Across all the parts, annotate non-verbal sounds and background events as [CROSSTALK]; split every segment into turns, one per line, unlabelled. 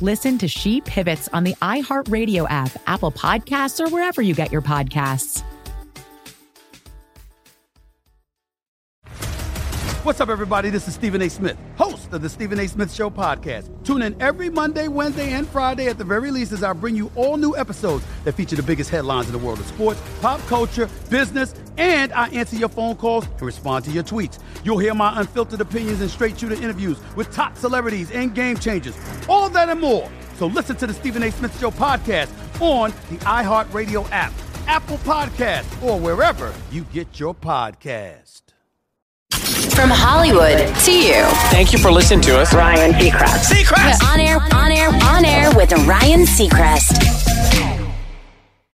Listen to She Pivots on the iHeartRadio app, Apple Podcasts, or wherever you get your podcasts.
What's up, everybody? This is Stephen A. Smith, host of the Stephen A. Smith Show podcast. Tune in every Monday, Wednesday, and Friday at the very least as I bring you all new episodes that feature the biggest headlines in the world of sports, pop culture, business, and I answer your phone calls and respond to your tweets. You'll hear my unfiltered opinions and straight shooter interviews with top celebrities and game changers. All that and more. So listen to the Stephen A. Smith Show podcast on the iHeartRadio app, Apple Podcast, or wherever you get your podcast.
From Hollywood to you.
Thank you for listening to us.
Ryan Seacrest.
Seacrest! On air, on air, on air with Ryan Seacrest.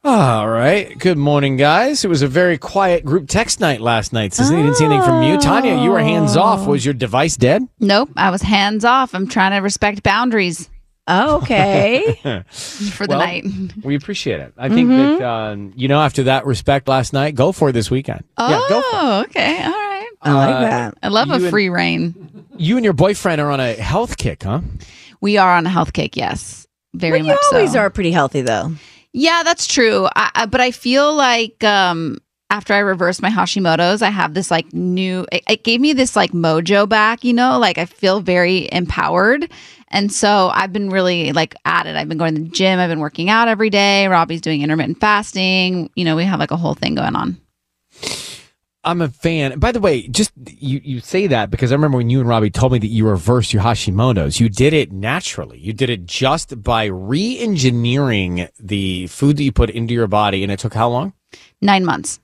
All right. Good morning, guys. It was a very quiet group text night last night. Sisney, didn't see anything from you. Tanya, you were hands off. Was your device dead?
Nope, I was hands off. I'm trying to respect boundaries
Okay.
[LAUGHS] for the
Well,
night.
[LAUGHS] We appreciate it. I think that, um, you know, after that respect last night, go for it this weekend. yeah, go for it.
Mm-hmm. Oh, okay. All right.
I like
Uh,
that.
I love
you
a
and-
free reign.
You and your boyfriend are on a health kick, huh?
We are on a health kick, yes. Very
Well, you
much
always
so.
are pretty healthy,
[LAUGHS]
though.
Yeah, that's true. I, I, but I feel like um, after I reverse my Hashimoto's, I have this like new, it, it gave me this like mojo back, you know, like I feel very empowered. And so I've been really like at it. I've been going to the gym, I've been working out every day. Robbie's doing intermittent fasting. You know, we have like a whole thing going on.
I'm a fan. By the way, just you, you say that because I remember when you and Robbie told me that you reversed your Hashimoto's. You did it naturally. You did it just by re engineering the food that you put into your body. And it took how long?
Nine months.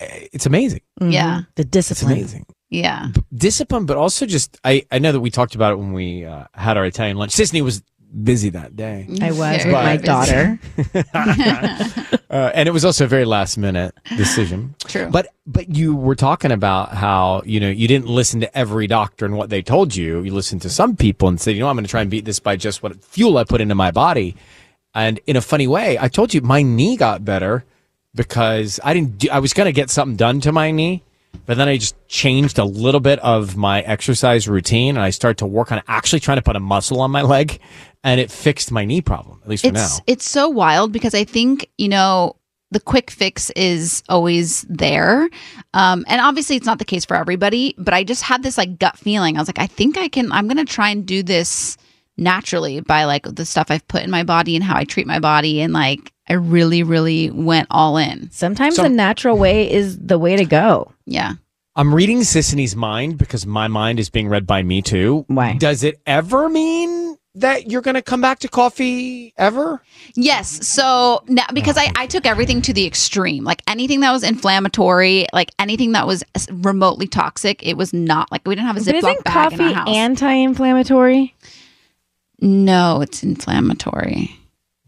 It's amazing.
Yeah.
Mm-hmm. The
It's
discipline.
amazing.
Yeah.
Discipline, but also just, I, I know that we talked about it when we uh, had our Italian lunch. Sisney was busy that day.
I was
Very
with my
busy.
daughter.
[LAUGHS] Uh, and it was also a very last minute decision.
True.
But but you were talking about how you know you didn't listen to every doctor and what they told you. You listened to some people and said, you know, I'm going to try and beat this by just what fuel I put into my body. And in a funny way, I told you my knee got better because I didn't. Do, I was going to get something done to my knee, but then I just changed a little bit of my exercise routine and I started to work on actually trying to put a muscle on my leg, and it fixed my knee problem at least for
it's
now.
it's so wild because I think you know the quick fix is always there, um, and obviously it's not the case for everybody. But I just had this like gut feeling. I was like, I think I can. I'm gonna try and do this naturally by like the stuff I've put in my body and how I treat my body, and like I really, really went all in.
Sometimes
Some-
the natural way is the way to go.
Yeah.
I'm reading Sisney's mind because my mind is being read by me too.
Why?
Does it ever mean that you're going to come back to coffee ever?
Yes. So now, because I, I took everything to the extreme, like anything that was inflammatory, like anything that was remotely toxic, it was not like we didn't have a
But
Ziploc
isn't
bag in our
coffee
house.
anti-inflammatory?
No, it's inflammatory.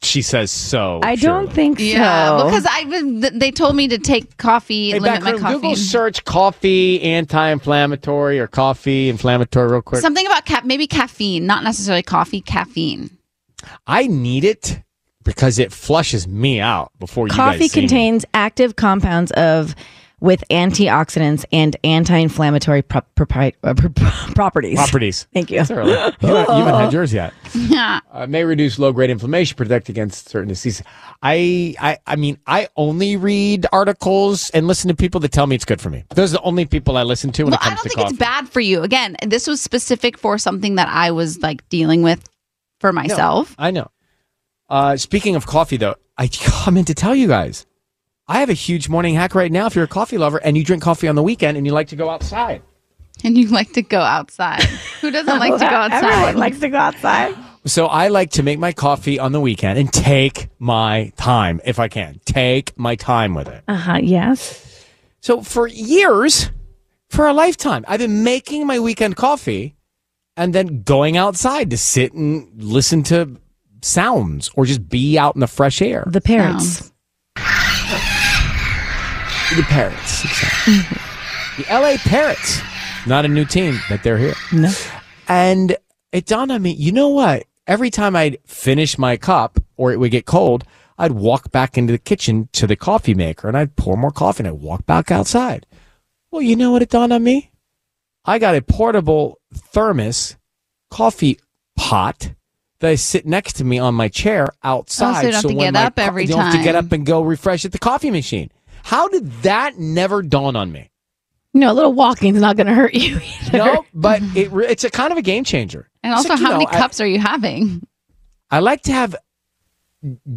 she says so.
I don't
surely.
think so.
Yeah, because I've been, th- they told me to take coffee,
Hey,
limit
back
my
room,
coffee.
Google search coffee anti-inflammatory or coffee inflammatory real quick.
Something about ca- maybe caffeine, not necessarily coffee, caffeine. [LAUGHS]
I need it because it flushes me out before you
Coffee
guys see me.
contains active compounds of with antioxidants and anti-inflammatory pro- propri- uh, pro- [LAUGHS] properties.
properties.
Thank you. Uh-huh.
Thoroughly. You haven't, you haven't had yours yet.
[LAUGHS]
Yeah.
Uh, may reduce low-grade inflammation, protect against certain diseases. I, I, I mean, I only read articles and listen to people that tell me it's good for me. Those are the only people I listen to when
Well,
it comes
I don't
to
think
coffee.
it's bad for you. Again, this was specific for something that I was like dealing with for myself.
I know. Uh, speaking of coffee, though, I, [LAUGHS] I meant to tell you guys, I have a huge morning hack right now. If you're a coffee lover and you drink coffee on the weekend and you like to go outside,
And you like to go outside. Who doesn't like to [LAUGHS] go outside?
Everyone likes to go outside.
so I like to make my coffee on the weekend and take my time if I can. Take my time with it.
Uh huh. Yes.
So for years, for a lifetime, I've been making my weekend coffee and then going outside to sit and listen to sounds or just be out in the fresh air.
The parents.
The Parrots. exactly. the LA Parrots. Not a new team, but they're here.
No.
And it dawned on me, you know what? Every time I'd finish my cup or it would get cold, I'd walk back into the kitchen to the coffee maker and I'd pour more coffee and I'd walk back outside. Well, you know what it dawned on me? I got a portable thermos coffee pot that I sit next to me on my chair outside.
Oh, don't have to
when
get
my
up every
You don't have to get
time.
up and go refresh at the coffee machine. How did that never dawn on
[LAUGHS]
me?
No, a little walking's not going to hurt you [LAUGHS] either.
No, but it, re- it's a kind of a game changer.
And also,
It's like, you
how many
know, I-
cups are you having?
I like to have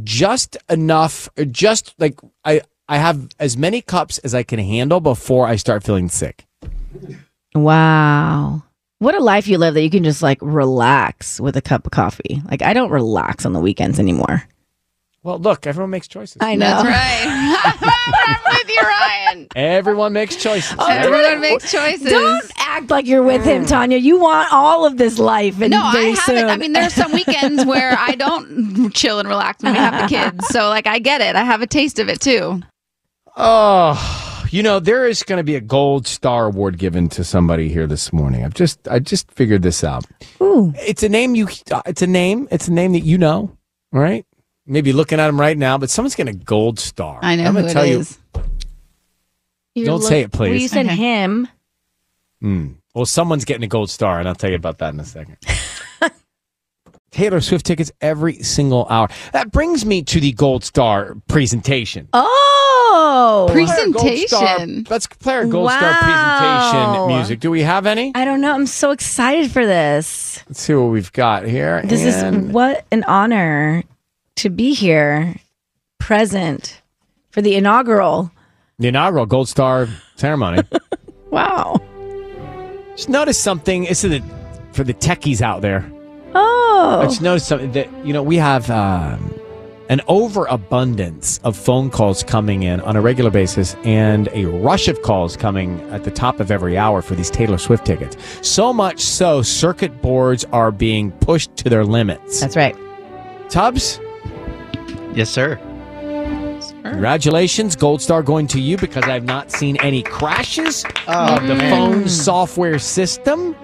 just enough, or just like I, I have as many cups as I can handle before I start feeling sick.
Wow. What a life you live that you can just like relax with a cup of coffee. Like I don't relax on the weekends anymore.
Well, look, everyone makes choices.
I
That's right. [LAUGHS] I'm with you, Ryan. Oh,
everyone makes choices.
Everyone makes choices.
Oh, Don't act like you're with him, Tanya. You want all of this life and
no, I
very
haven't.
soon.
I mean, there are
[LAUGHS]
some [LAUGHS] weekends where I don't chill and relax when we have the kids. So, like, I get it. I have a taste of it too.
Oh, you know, there is going to be a gold star award given to somebody here this morning. I've just, I just figured this out.
Ooh.
It's a name you, uh, it's a name, it's a name that you know, right? Maybe looking at him right now, but someone's getting a gold star.
I know
I'm
who
gonna
it
tell
is.
You're
Don't say it, please.
Well, you said
Okay.
him.
you. Mm. well, someone's getting a gold star, and I'll tell you about that in
[LAUGHS]
a second. Taylor Swift tickets every single hour. That brings me to the gold star presentation.
Oh,
Pre-
Play our gold star-
Presentation.
let's play our gold star
Wow.
presentation music. Do we have any?
I don't know. I'm so excited for this.
Let's see what we've got here.
This
And
is what an honor to be here, present for the inaugural.
the inaugural Gold Star ceremony.
[LAUGHS] Wow.
Just noticed something. This is the, for the techies out there. I
Oh,
just noticed something that you know we have um, an overabundance of phone calls coming in on a regular basis, and a rush of calls coming at the top of every hour for these Taylor Swift tickets. So much so, circuit boards are being pushed to their limits.
that's right.
Tubbs,
Yes, sir.
congratulations, Gold Star going to you because I've not seen any crashes.
Oh,
of the phone software system.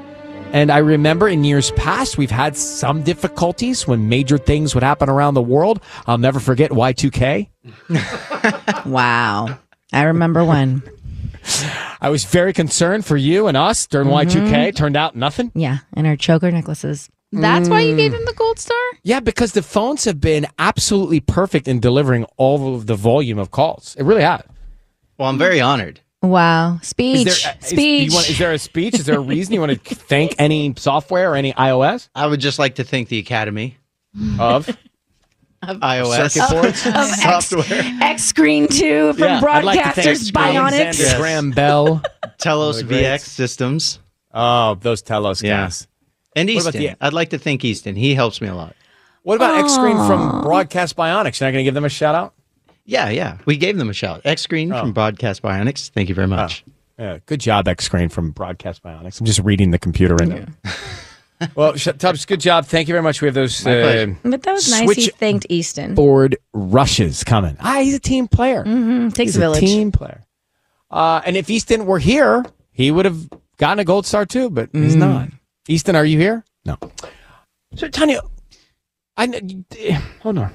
And I remember in years past, we've had some difficulties when major things would happen around the world. I'll never forget Y2K.
[LAUGHS] Wow. I remember when.
I was very concerned for you and us during
Mm-hmm.
Y2K. Turned out nothing.
Yeah, and our choker necklaces.
That's why you gave him the gold star?
Yeah, because the phones have been absolutely perfect in delivering all of the volume of calls. It really has.
Well, I'm very honored.
Wow. Speech.
Is there, uh, is- do
Speech.
you want- is there a speech? Is there a reason you want to thank any software or any iOS
I would just like to thank the Academy,
of?
iOS
Circuit boards?
Of X-
software,
X Screen 2 [LAUGHS] from
Yeah, I'd like to thank
Broadcasters Bionics.
Alexander Graham Bell.
[LAUGHS] Telos
Really
VX
great.
Systems,
Oh, those Telos
Yeah.
guys.
and
What about
Easton.
the-
I'd like to thank Easton. He helps me a lot.
What about X Screen from Broadcast Bionics? You're not going to give them a shout out?
Yeah, yeah. We gave them a shout. X Screen
Oh,
from Broadcast Bionics. Thank
Uh,
you very much.
Yeah, good job, X Screen from Broadcast Bionics. I'm just reading the computer right now. well, sh- Tubbs, good job. Thank you very much. We have those. Uh,
But that was nice. He
Switch
thanked Easton.
board rushes coming. Ah, he's a team player.
Mm-hmm. Takes
He's
a village.
team player. Uh, and if Easton were here, he would have gotten a gold star too, but he's
Mm.
not. Easton, are you here? No. So, Tanya, I kn- hold on.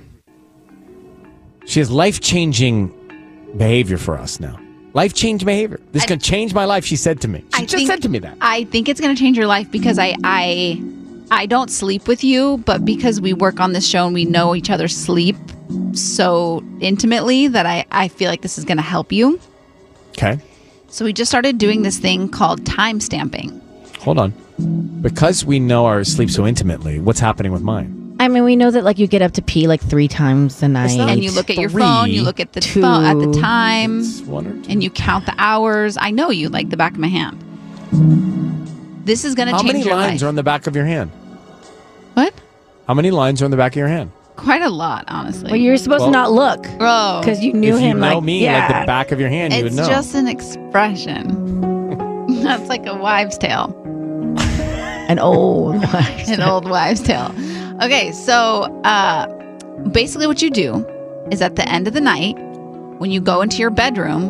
She has life changing behavior for us now. Life change behavior. This can change my life. She said to me. She just said to me that.
I think it's going to change your life because I I I don't sleep with you, but because we work on this show and we know each other's sleep so intimately that I I feel like this is going to help you.
Okay.
So we just started doing this thing called time stamping.
Hold on. Because we know our sleep so intimately, what's happening with mine?
I mean, we know that like you get up to pee like three times a night,
and you look at your phone, you look at the phone at the time, and you count the hours. I know you like the back of my hand. This is going to
How
change
many
your
lines
life.
are on the back of your hand?
What?
How many lines are on the back of your hand?
Quite a lot, honestly.
Well, you were supposed
Well-
to not look,
bro,
because you knew
if
him.
you know
like,
me,
yeah.
like the back of your hand, you would
It's
know.
just an expression. [LAUGHS] That's like a wives' tale,
an old [LAUGHS]
[LAUGHS] an old wives' tale. Okay, so uh, basically, what you do is at the end of the night, when you go into your bedroom,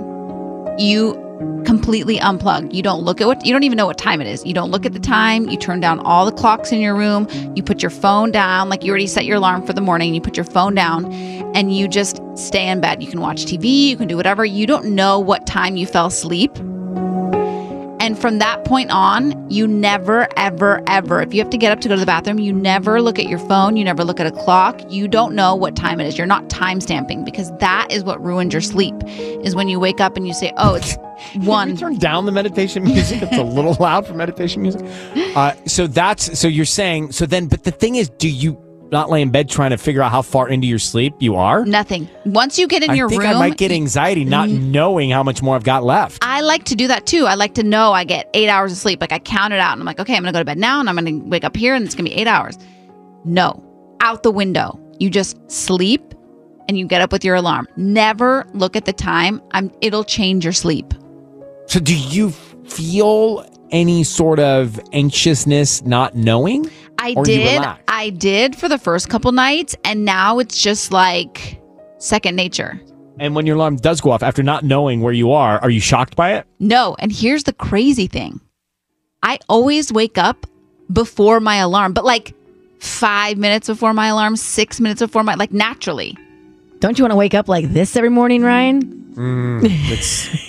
you completely unplug. You don't look at what you don't even know what time it is. You don't look at the time. You turn down all the clocks in your room. You put your phone down, like you already set your alarm for the morning. You put your phone down and you just stay in bed. You can watch TV, you can do whatever. You don't know what time you fell asleep. And from that point on, you never, ever, ever, if you have to get up to go to the bathroom, you never look at your phone, you never look at a clock, you don't know what time it is. You're not time stamping because that is what ruins your sleep, is when you wake up and you say, oh,
[LAUGHS]
it's one.
Turn down
[LAUGHS]
the meditation music. It's a little loud for meditation music. Uh, so that's so you're saying so then. But the thing is, do you not lay in bed trying to figure out how far into your sleep you are?
Nothing. Once you get in
I
your
think
room, Mm-hmm.
I might get anxiety not knowing how much more I've got left.
I like to do that too. I like to know I get eight hours of sleep. Like I count it out and I'm like, okay, I'm gonna go to bed now and I'm gonna wake up here and it's gonna be eight hours. No, out the window. You just sleep and you get up with your alarm. Never look at the time. I'm it'll change your sleep.
So do you feel any sort of anxiousness not knowing?
I
Or you
did.
relax?
I did for the first couple nights, and now it's just like second nature.
And when your alarm does go off after not knowing where you are, are you shocked by it?
No, and here's the crazy thing. I always wake up before my alarm, but like 5 minutes before my alarm, 6 minutes before my like naturally.
Don't you want to wake up like this every morning, Ryan?
Mm, it's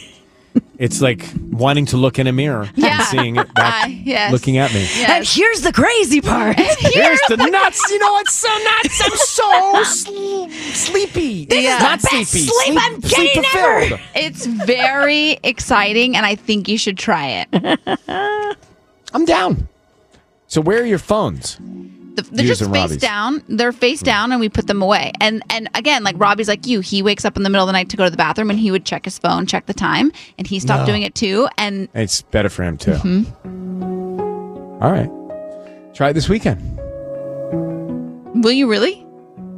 [LAUGHS] it's like wanting to look in a mirror and seeing it back
[LAUGHS] yes.
looking at me.
And here's the crazy part.
Here's the nuts. You know, it's so nuts. I'm
[LAUGHS]
so sleepy.
This is the
Not best sleepy. sleep I'm Sleep- getting sleep-fulfilled. ever.
It's
[LAUGHS]
very exciting and I think you should try it.
[LAUGHS] I'm down. So where are your phones?
The- They're
Yours
just
and
face
Robbie's.
down. They're face down, and we put them away. And and again, like Robbie's like you, he wakes up in the middle of the night to go to the bathroom, and he would check his phone, check the time, and he stopped
No.
doing it too. And
It's better for him
[LAUGHS]
too.
Mhm.
All right. Try it this weekend.
will you really?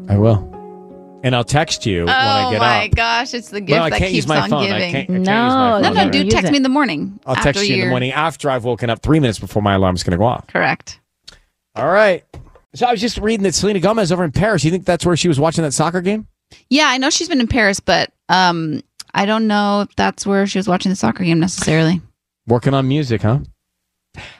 I will. And I'll text you when I
Oh
get
my
up.
gosh, it's the gift
I
that
can't
keeps
use my
on
phone. I
giving.
can't- I can't No, use my phone.
no, no,
Okay.
do text me in the morning.
I'll
after
text you in the
your-
morning after I've woken up three minutes before my alarm's going to go off.
Correct.
All right. So I was just reading that Selena Gomez over in Paris. You think that's where she was watching that soccer game?
Yeah, I know she's been in Paris, but um, I don't know if that's where she was watching the soccer game necessarily.
Working on music, huh?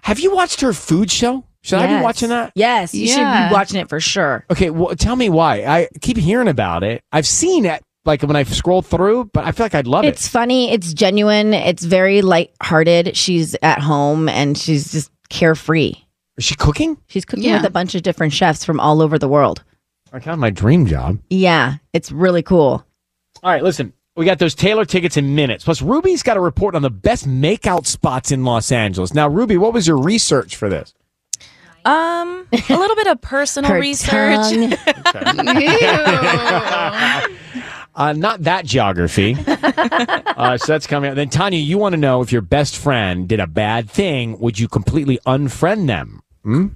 Have you watched her food show? Should I be
Yes.
watching that?
Yes, you should
Yeah.
be watching it for sure.
Okay, well, tell me why. I keep hearing about it. I've seen it, like when I scroll through, but I feel like I'd love
It's funny. It's genuine. It's very lighthearted. She's at home and she's just carefree.
it. Is she cooking?
She's cooking
Yeah.
with a bunch of different chefs from all over the world.
I found my dream job.
Yeah, it's really cool.
All right, listen. We got those Taylor tickets in minutes. Plus, Ruby's got a report on the best makeout spots in Los Angeles. Now, Ruby, what was your research for this?
Um, a little
[LAUGHS]
bit of personal
Her
research.
tongue.
Uh, not
[LAUGHS]
that geography. uh, so that's coming up. Then, Tanya, you want to know if your best friend did a bad thing, would you completely unfriend them? Hmm?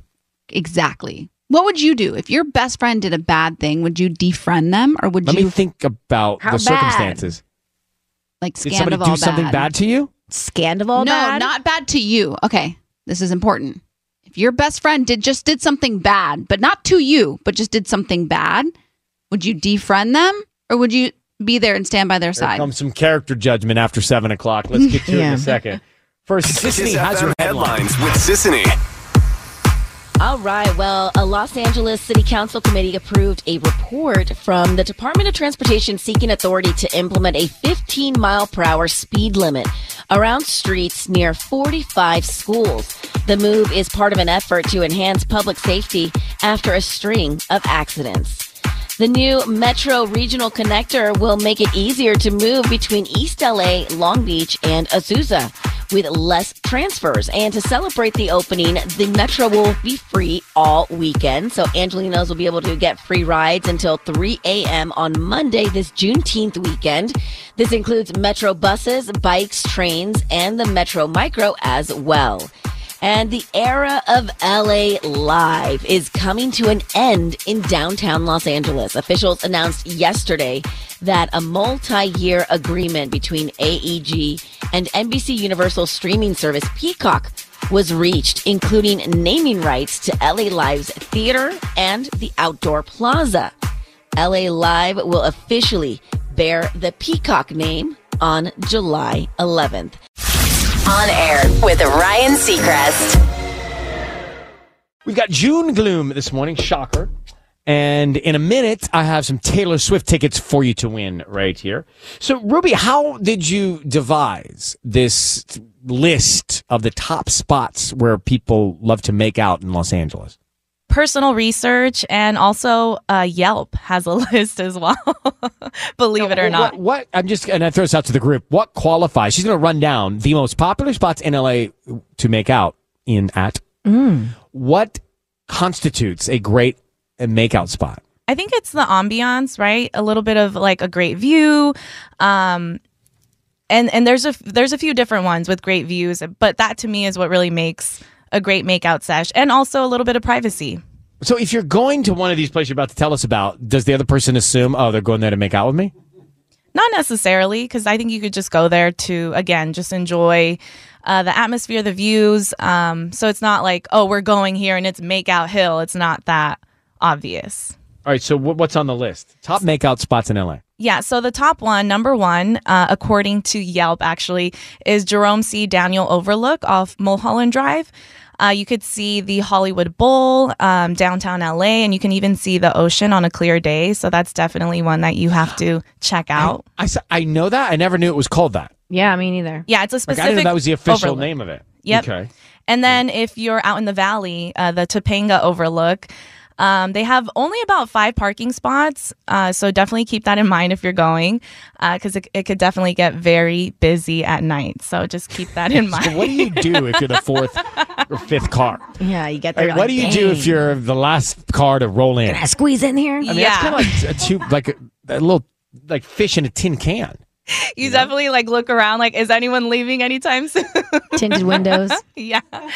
Exactly. What would you do if your best friend did a bad thing? Would you defriend them, or would
Let
you
me think about
How
the
bad?
circumstances.
like
Did somebody
scandal
do something bad to you?
Scandival
no,
bad?
not bad to you. Okay, this is important. If if your best friend did just did something bad, but not to you, but just did something bad, would you defriend them or would you be there and stand by their
Here
side?
comes some character judgment after seven o'clock. Let's get to it in
Yeah.
a second. First, Sisney has your headlines.
with Sissany.
All right. Well, a Los Angeles City Council committee approved a report from the Department of Transportation seeking authority to implement a 15 mile per hour speed limit around streets near 45 schools. The move is part of an effort to enhance public safety after a string of accidents. The new Metro Regional Connector will make it easier to move between East LA, Long Beach, and Azusa with less transfers. And to celebrate the opening, the Metro will be free all weekend. So Angelinos will be able to get free rides until 3 a.m. on Monday this Juneteenth weekend. This includes Metro buses, bikes, trains, and the Metro Micro as well. And the era of LA Live is coming to an end in downtown Los Angeles. Officials announced yesterday that a multi year agreement between AEG and NBC Universal streaming service Peacock was reached, including naming rights to LA Live's theater and the outdoor plaza. LA Live will officially bear the Peacock name on July 11th.
On air with Ryan Seacrest.
We've got June Gloom this morning, shocker. And in a minute, I have some Taylor Swift tickets for you to win right here. So, Ruby, how did you devise this list of the top spots where people love to make out in Los Angeles?
[LAUGHS] Personal research and also uh, Yelp has a [LAUGHS] list as well. Believe it or not.
What, what I'm just and I throw this out to the group. What qualifies? She's going to run down the most popular spots in LA to make out in at.
Mm.
What constitutes a great uh, makeout spot?
I think it's the ambiance, right? A little bit of like a great view, um, and and there's a there's a few different ones with great views, but that to me is what really makes a great makeout sesh, and also a little bit of privacy.
So if you're going to one of these places you're about to tell us about, does the other person assume, oh, they're going there to make out with me?
Not necessarily, because I think you could just go there to again just enjoy uh, the atmosphere, the views. Um, so it's not like oh we're going here and it's makeout hill. It's not that obvious.
All right. So wh- what's on the list? Top makeout spots in LA.
Yeah, so the top one, number one, uh, according to Yelp, actually, is Jerome C. Daniel Overlook off Mulholland Drive. Uh, you could see the Hollywood Bowl, um, downtown LA, and you can even see the ocean on a clear day. So that's definitely one that you have to check out.
I, s- I know that. I never knew it was called that.
Yeah, me neither. Yeah, it's a
Like
specific.
I didn't know that was the official
overlook.
name of it.
Yep.
Okay.
And then if you're out in the valley, uh, the Topanga Overlook, um, they have only about five parking spots. Uh, so definitely keep that in mind if you're going, because it, it could definitely get very busy at night. So just keep that [LAUGHS] in mind.
[LAUGHS] So what do you do if
[LAUGHS]
you're the fourth or fifth car?
Yeah, you get
Hey,
there.
what do you do if you're the last car to roll in?
Can I squeeze in here?
I mean, that's kind of like a tube, like a, a little, like fish in a tin can.
you definitely like look around, like, is anyone leaving anytime soon?
tinted windows.
[LAUGHS] yeah.
Uh,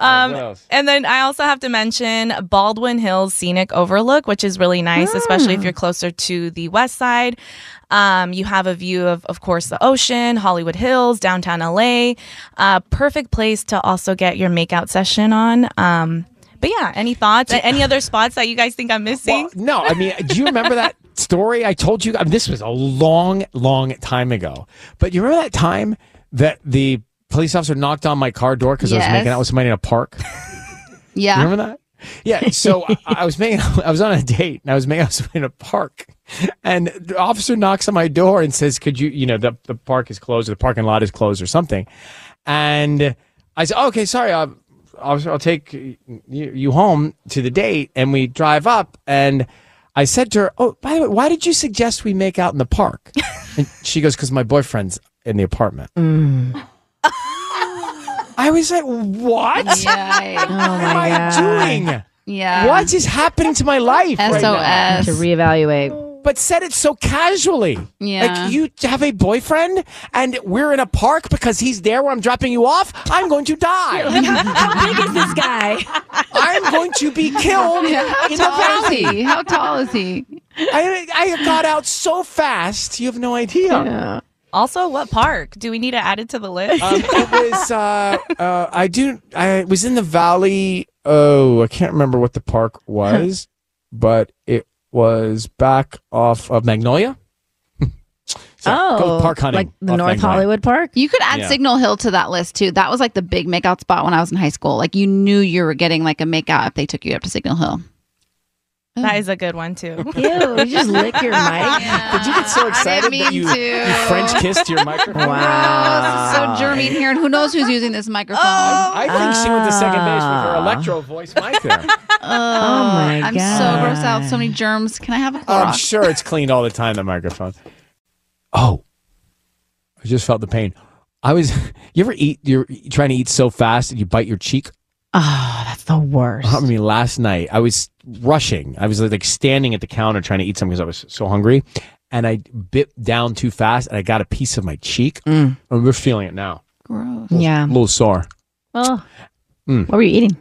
Um,
what else?
and then I also have to mention Baldwin Hills Scenic Overlook, which is really nice, especially
Hmm.
if you're closer to the west side. Um, you have a view of, of course, the ocean, Hollywood Hills, downtown LA. Uh, perfect place to also get your makeout session on. Um, but yeah, any thoughts? A- any other spots that you guys think I'm missing?
No, I mean, do you remember that story I told you? I mean, this was a long, long time ago. But you remember that time that the police officer knocked on my car door because I
Yes.
was making out with somebody in a park?
Yeah.
Remember that?
[LAUGHS]
Yeah. So I, I was making, [LAUGHS] I was on a date and I was making [LAUGHS] out with somebody in a park, and the officer knocks on my door and says, "Could you, you know, the the park is closed or the parking lot is closed or something," and I said, "Okay, sorry, I'll, officer, I'll take you, you home to the date," and we drive up and. I said to her, "Oh, by the way, why did you suggest we make out in the park?" and she goes, "Because my boyfriend's in the apartment." I was like, "What?
Yikes.
what am I doing?
Yeah.
What is happening to my life? right now?
To reevaluate.
But said it so casually.
Yeah.
Like, you have a boyfriend and we're in a park because he's there where I'm dropping you off. I'm going to die.
How big is this guy?
I'm going to be killed
How
in the
tall is
valley.
he? How tall is he?
I, I got out so fast, you have no idea.
[LAUGHS] Also, what park? Do we need to add it to the list?
Um, it was. Uh, uh, I do. I was in the valley. Oh, I can't remember what the park was, but it was back off of Magnolia. So, go park
Oh,
hunting
like the
off
North
Magnolia.
Hollywood Park.
You could add
Yeah.
Signal Hill to that list too. That was like the big makeout spot when I was in high school. Like you knew you were getting like a makeout if they took you up to Signal Hill.
That is a good one too.
Ew, you just
[LAUGHS]
lick your mic.
Did you get so excited that you, you French
[LAUGHS]
kissed your microphone?
So germy in here, and who knows who's using this microphone?
I think she went to second base with her electro voice mic there.
my I'm so
God.
grossed out. So many germs. Can I have a
I'm
Clorox?
sure it's cleaned all the time, that microphone. Oh, I just felt the pain. I was, [LAUGHS] you ever eat, you're trying to eat so fast that you bite your cheek?
Oh, that's the worst.
I mean, last night I was rushing. I was like standing at the counter trying to eat something because I was so hungry. And I bit down too fast and I got a piece of my cheek. And we're feeling it now.
Gross.
Yeah.
A little sore.
Oh,
Mm.
what were you eating?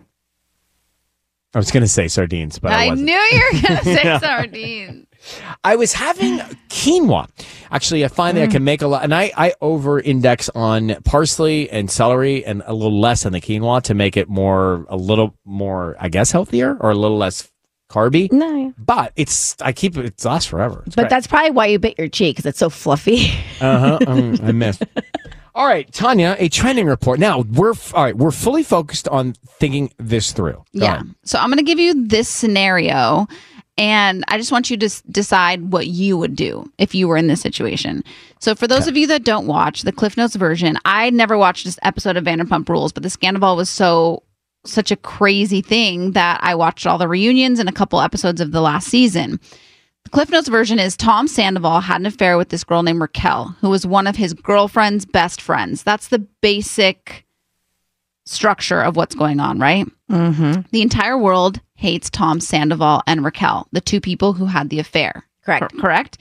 I was going to say sardines, but I,
I
wasn't.
knew you were
[LAUGHS]
gonna say
Yeah.
sardines.
I was having quinoa. Actually, I find that
Mm.
I can make a lot, and I, I over index on parsley and celery and a little less on the quinoa to make it more, a little more, I guess, healthier or a little less carby.
No, yeah.
But it's, I keep it, it lasts forever. It's
but
great.
that's probably why you bit your cheek because it's so fluffy.
Uh-huh.
[LAUGHS]
Um, I missed. All right, Tanya, a trending report. Now we're f- all right. We're fully focused on thinking this through. Go
Yeah.
ahead.
So I'm going to give you this scenario, and I just want you to s- decide what you would do if you were in this situation. So for those of you that don't watch the Cliff Notes version, I never watched this episode of Vanderpump Rules, but the Scandival was so such a crazy thing that I watched all the reunions and a couple episodes of the last season. The Cliff Notes version is Tom Sandoval had an affair with this girl named Raquel, who was one of his girlfriend's best friends. That's the basic structure of what's going on, right?
Mm-hmm.
The entire world hates Tom Sandoval and Raquel, the two people who had the affair.
Correct.
Cor- correct.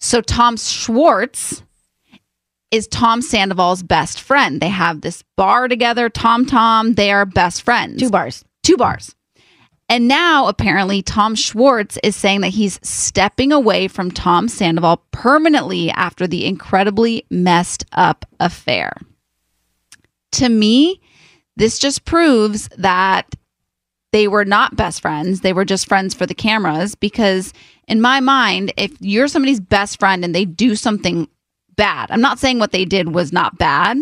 So Tom Schwartz is Tom Sandoval's best friend. They have this bar together, Tom Tom. They are best friends.
Two bars.
Two bars. And now apparently Tom Schwartz is saying that he's stepping away from Tom Sandoval permanently after the incredibly messed up affair. To me, this just proves that they were not best friends. They were just friends for the cameras because, in my mind, if you're somebody's best friend and they do something bad, I'm not saying what they did was not bad.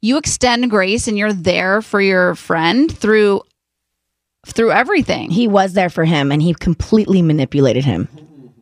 You extend grace and you're there for your friend through through
[LAUGHS]
everything.
He was there for him, and he completely manipulated him.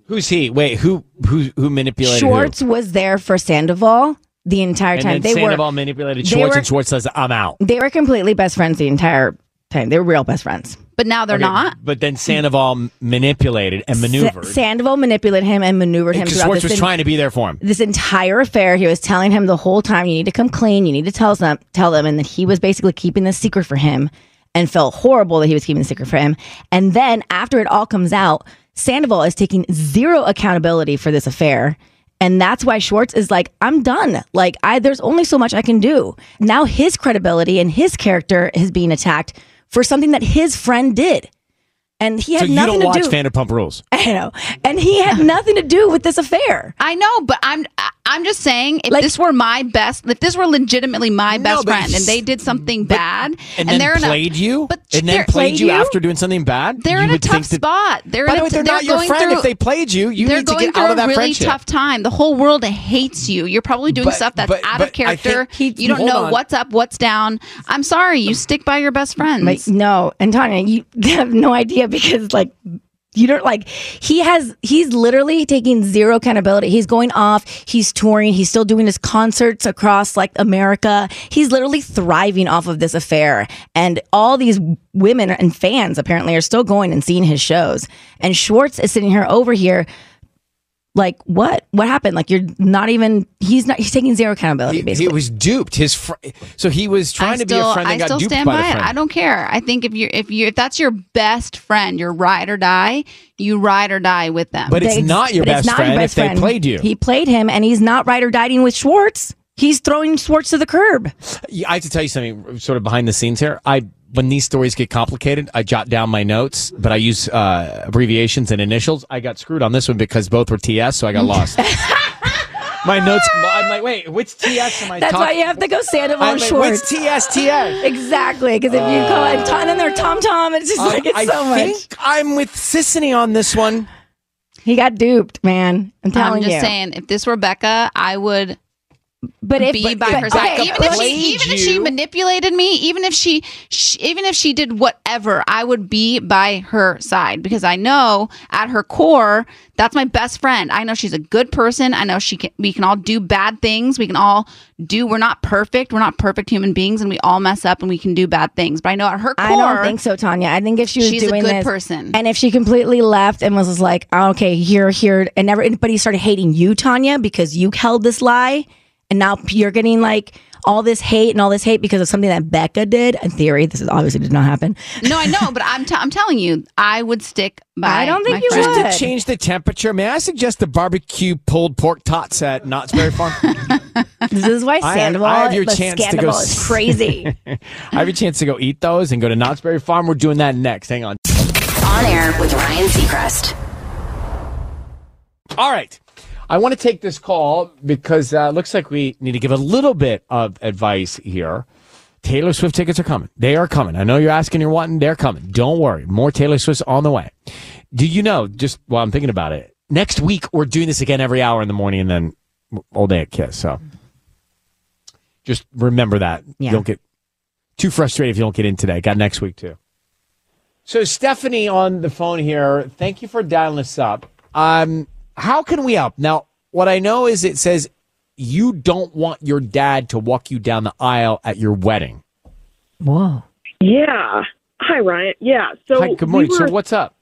Who's he? Wait, who who who manipulated who?
Schwartz was there for Sandoval the entire
And
time.
then
They
Sandoval
were
manipulated
they
Schwartz,
were-
and Schwartz says, "I'm out."
they were completely best friends the entire time. They were real best friends.
But now they're
Okay,
not.
But then Sandoval m- manipulated and maneuvered.
Sa- Sandoval manipulated him and maneuvered him
Because
throughout
Schwartz
this
was
en-
trying to be there for him.
this entire affair. He was telling him the whole time, "You need to come clean. You need to tell them, tell them." And that he was basically keeping this secret for him, and felt horrible that he was keeping the secret for him. And then after it all comes out, Sandoval is taking zero accountability for this affair, and that's why Schwartz is like, "I'm done. Like, I there's only so much I can do." Now his credibility and his character is being attacked for something that his friend did. And he had
so you
nothing
don't
to do.
watch Vanderpump Rules.
[LAUGHS] I know, and he
[LAUGHS]
had nothing to do with this affair.
I know, but I'm I- I'm just saying if this were my best, if this were legitimately my best
but
friend
you
and they did something bad
And, then
they're in a-
played you.
but
and then
they're-
played you
played you?
after doing something bad.
They're
You
in a
would
tough
think that-
spot. They're
By
in
the
a,
way, they're not your
going
friend.
through,
if they played you, you
they're
need to
going
get
through
out
a
of that
really
friendship.
tough time. The whole world hates you. You're probably doing
But-
stuff that's
but-
out
but I
of character.
think-
You don't
hold
know
on.
what's up, what's down. I'm sorry. You stick by your best friends.
Like no, and Tanya, you [LAUGHS] have no idea because like you don't like he has he's literally taking zero accountability. He's going off, he's touring, he's still doing his concerts across like America. He's literally thriving off of this affair. And all these women and fans apparently are still going and seeing his shows. And Schwartz is sitting here over here like what? What happened? Like you're not even he's not he's taking zero accountability
He, he
basically.
was duped. His fr- so he was trying
I
to
still,
be a friend
I
and got
still
duped
stand
by,
by,
the
it.
friend.
I don't care. I think if you if you if that's your best friend, your ride or die, you ride or die with them.
But it's
They-
not your
but it's
best
not
friend if they played you.
He played him, and he's not ride or dieting with Schwartz. He's throwing Schwartz to the curb.
Yeah, I have to tell you something sort of behind the scenes here. I when these stories get complicated, I jot down my notes, but I
[LAUGHS]
use uh, abbreviations and initials. I got screwed on this one because both were TS, so I got lost. My notes. I'm like, wait, which TS am I
That's
talking?
why you have to go Sandoval
I'm
and
like,
Schwartz.
what's TSTS?
[LAUGHS] exactly, because if you call it Tom, and then they're Tom Tom, it's just
Um,
like it's
Uh, I
so much.
think I'm with Sissany on this one.
He got duped, man. I'm telling
I'm just
you.
saying, if this were Becca, I would.
But if-
be
but-
by
but
her
Becca
side, even if
played
she, even if she
you.
manipulated me, even if she, she, even if she did whatever, I would be by her side because I know at her core that's my best friend. I know she's a good person. I know she can. We can all do bad things. We can all do. We're not perfect. We're not perfect human beings, and we all mess up and we can do bad things. But I know at her core,
I don't think so, Tanya. I think if she was
She's a
doing
good
this,
person.
and if she completely left and was just like, oh, okay, here, here, and never anybody started hating you, Tanya, because you held this lie, and now you're getting like all this hate and all this hate because of something that Becca did. In theory, this is obviously did not happen.
No, I know, but I'm t- I'm telling you, I would stick by.
I don't think
my
you
friend.
would.
Just to change the temperature, may I suggest the barbecue pulled pork tots at Knott's Berry
[LAUGHS]
Farm?
This is why
[LAUGHS] I have,
Sandoval,
I have your
the
chance to go.
Sandoval
[LAUGHS]
is crazy.
I have your chance to go eat those and go to Knott's Berry Farm. We're doing that next. Hang on.
On air with Ryan Seacrest.
All right. I want to take this call because uh, it looks like we need to give a little bit of advice here. Taylor Swift tickets are coming. They are coming. I know you're asking, you're wanting, they're coming. Don't worry. More Taylor Swift's on the way. Do you know, just while I'm thinking about it, next week we're doing this again every hour in the morning and then all day at Kiss. So just remember that.
Yeah.
Don't get too frustrated if you don't get in today. Got next week too. So Stephanie on the phone here. Thank you for dialing us up. Um, how can we help? Now, what I know is it says you don't want your dad to walk you down the aisle at your wedding.
Whoa.
Yeah. Hi, Ryan. Yeah. So
Hi, good morning.
We were,
So what's up?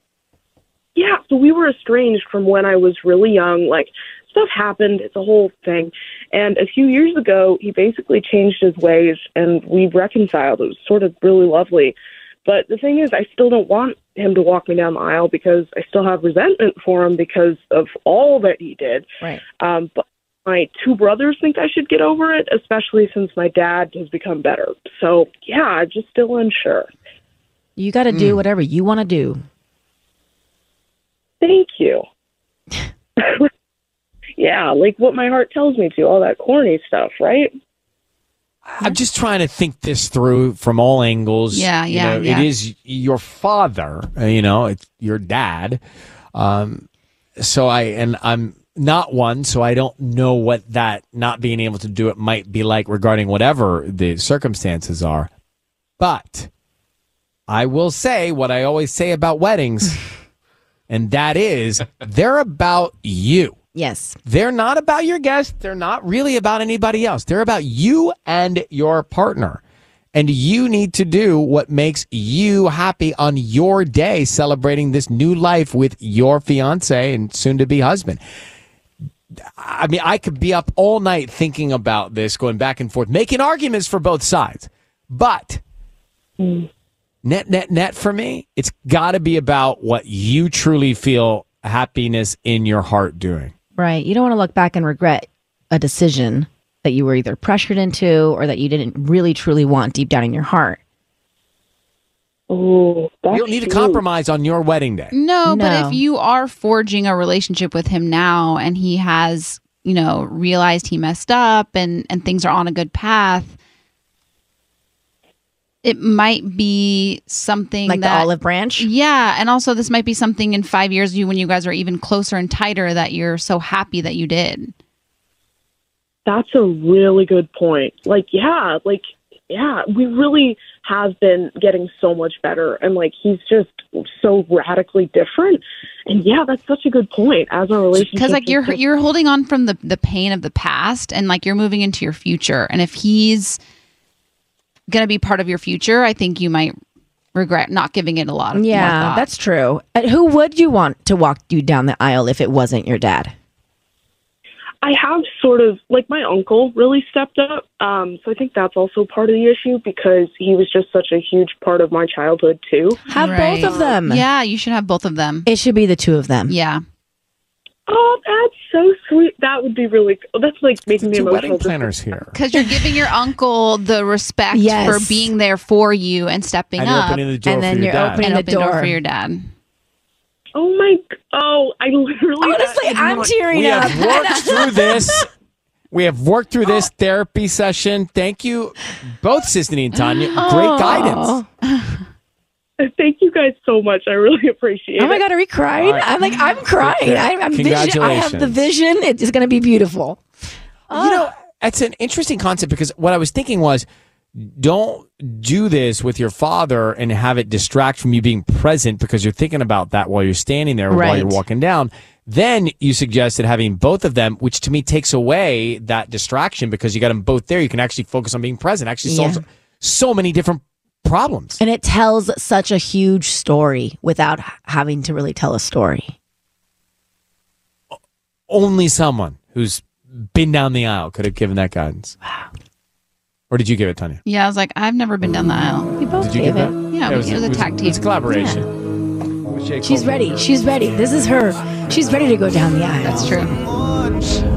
yeah. So we were estranged from when I was really young. Like stuff happened. It's a whole thing. And a few years ago, he basically changed his ways, and we reconciled. It was sort of really lovely. But the thing is, I still don't want him to walk me down the aisle because I still have resentment for him because of all that he did.
Right.
Um, but my two brothers think I should get over it, especially since my dad has become better. So yeah, I'm just still unsure.
You got to
Mm.
do whatever you want to do.
Thank [LAUGHS] you. yeah, like what my heart tells me to, all that corny stuff, right?
I'm just trying to think this through from all angles.
Yeah,
You
yeah,
know,
yeah.
It is your father, uh, you know, it's your dad. Um, so I, and I'm not one, so I don't know what that not being able to do it might be like regarding whatever the circumstances are. But I will say what I always say
[LAUGHS]
about weddings, and that is they're about you.
Yes.
They're not about your guest. They're not really about anybody else. They're about you and your partner. And you need to do what makes you happy on your day, celebrating this new life with your fiance and soon to be husband. I mean, I could be up all night thinking about this, going back and forth, making arguments for both sides. But net, net, net for me, it's got to be about what you truly feel happiness in your heart doing.
Right. You don't want to look back and regret a decision that you were either pressured into or that you didn't really truly want deep down in your heart.
Oh,
you don't need to compromise on your wedding day.
No, but
No.
if you are forging a relationship with him now and he has, you know, realized he messed up and and things are on a good path, it might be something
Like the
that,
olive branch?
Yeah, and also this might be something in 5 years you when you guys are even closer and tighter that you're so happy that you did.
That's a really good point. Like, yeah, like, yeah, we really have been getting so much better. And like, he's just so radically different. And yeah, that's such a good point as our relationship.
because like
[LAUGHS]
is
you're
just-
you're holding on from the the pain of the past and like you're moving into your future and if he's gonna be part of your future i think you might regret not giving it a lot of more
Yeah,
thought.
that's true. And who would you want to walk you down the aisle if it wasn't your dad?
I have sort of like my uncle really stepped up. Um, so I think that's also part of the issue because he was just such a huge part of my childhood too.
Have both of them.
yeah you should have both of them
It should be the two of them.
Yeah.
Oh, that's so sweet. That would be really. oh, That's like making me emotional. just-
[LAUGHS]
here.
because you're giving your uncle the respect
Yes.
for being there for you and stepping
And you're
up
opening the door And for then your you're dad. opening
And
the
opening
door.
for your dad
Oh my! Oh, I literally.
Honestly, I'm tearing
We
up. [LAUGHS]
[LAUGHS]
have worked through this We have worked through this
Oh.
therapy session. Thank you, both Sisney and Tanya.
Oh.
Great
[LAUGHS]
guidance.
Thank you guys so much. I really appreciate it.
Oh my god, are we crying?
All right.
I'm like, I'm crying.
Okay.
I'm, I'm vision. I have the vision. It's going to be beautiful.
You know, that's an interesting concept because what I was thinking was don't do this with your father and have it distract from you being present because you're thinking about that while you're standing there or while you're
Right.
walking down. Then you suggested having both of them, which to me takes away that distraction because you got them both there. You can actually focus on being present. Actually solves
Yeah.
so many different problems.
And it tells such a huge story without h- having to really tell a story.
Only someone who's been down the aisle could have given that guidance. Wow. Or did you give it, Tanya?
Yeah, I was like, I've never been down the aisle. We both
Did you give that?
Yeah, it was, it was a tag team.
It's collaboration.
She's ready. She's ready. This is her. She's ready to go down the aisle. That's true.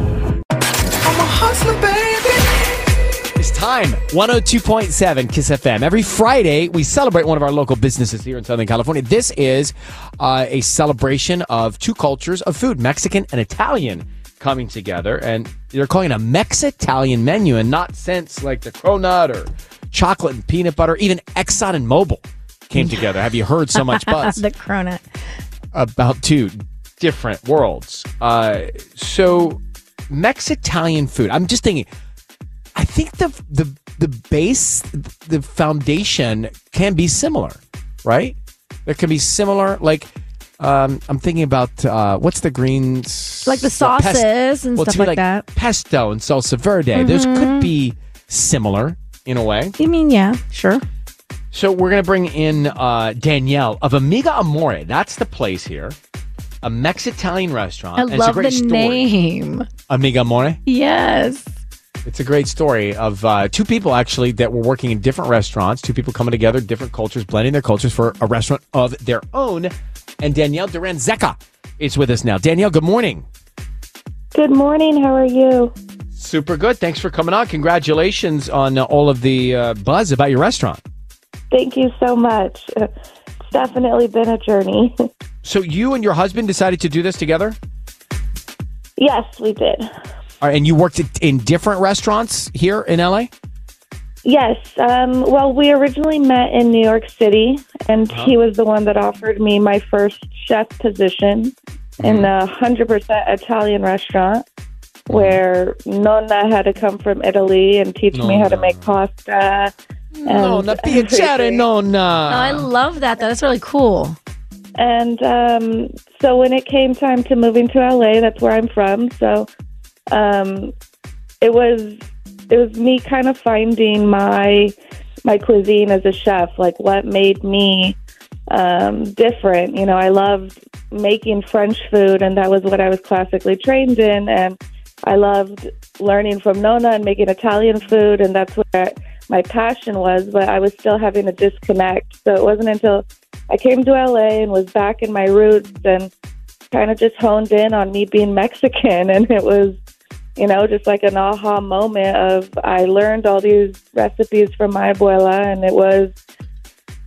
It's time. 102.7 Kiss FM. Every Friday, we celebrate one of our local businesses here in Southern California. This is uh, a celebration of two cultures of food, Mexican and Italian, coming together. And they're calling it a Mex-Italian menu and not scents like the cronut or chocolate and peanut butter. Even Exxon and Mobil came together. Have you heard
[LAUGHS]
so much buzz?
the cronut.
about two different worlds. Uh, so, Mexitalian food. I'm just thinking. I think the the the base, the foundation can be similar, right? There can be similar. Like, um, I'm thinking about uh, what's the greens
Like the
well, pes-
sauces and
well,
stuff
to me,
like that.
Pesto and salsa verde. Those could
Mhm.
be similar in a way.
You mean, yeah, sure.
So we're gonna bring in uh, Danielle of Amiga Amore. That's the place here, a Mexitalian restaurant.
I
and
love
it's a great
the
story.
name.
Amiga Amore.
Yes.
It's a great story of uh, two people actually that were working in different restaurants. Two people coming together, different cultures, blending their cultures for a restaurant of their own. And Danielle Duran Zecca is with us now. Danielle, good morning.
Good morning. How are you?
Super good. Thanks for coming on. Congratulations on uh, all of the uh, buzz about your restaurant.
Thank you so much. Uh, It's definitely been a journey. [LAUGHS]
So you and your husband decided to do this together,
yes, we did.
All right, and you worked at- in different restaurants here in LA.
Yes. Um, well, we originally met in New York City, and
Uh-huh.
he was the one that offered me my first chef position
Mm-hmm.
in a 100% Italian restaurant where Nonna had to come from Italy and teach me how to make pasta.
Nonna, piacere, nonna.
Oh, I love that. That's really cool.
And um, so when it came time to moving to LA, that's where I'm from. So um, it was it was me kind of finding my my cuisine as a chef, like what made me um, different. You know, I loved making French food, and that was what I was classically trained in, and I loved learning from Nona and making Italian food, and that's where my passion was. But I was still having a disconnect, so it wasn't until I came to LA and was back in my roots and kind of just honed in on me being Mexican, [LAUGHS] and it was you know, just like an aha moment of I learned all these recipes from my abuela and it was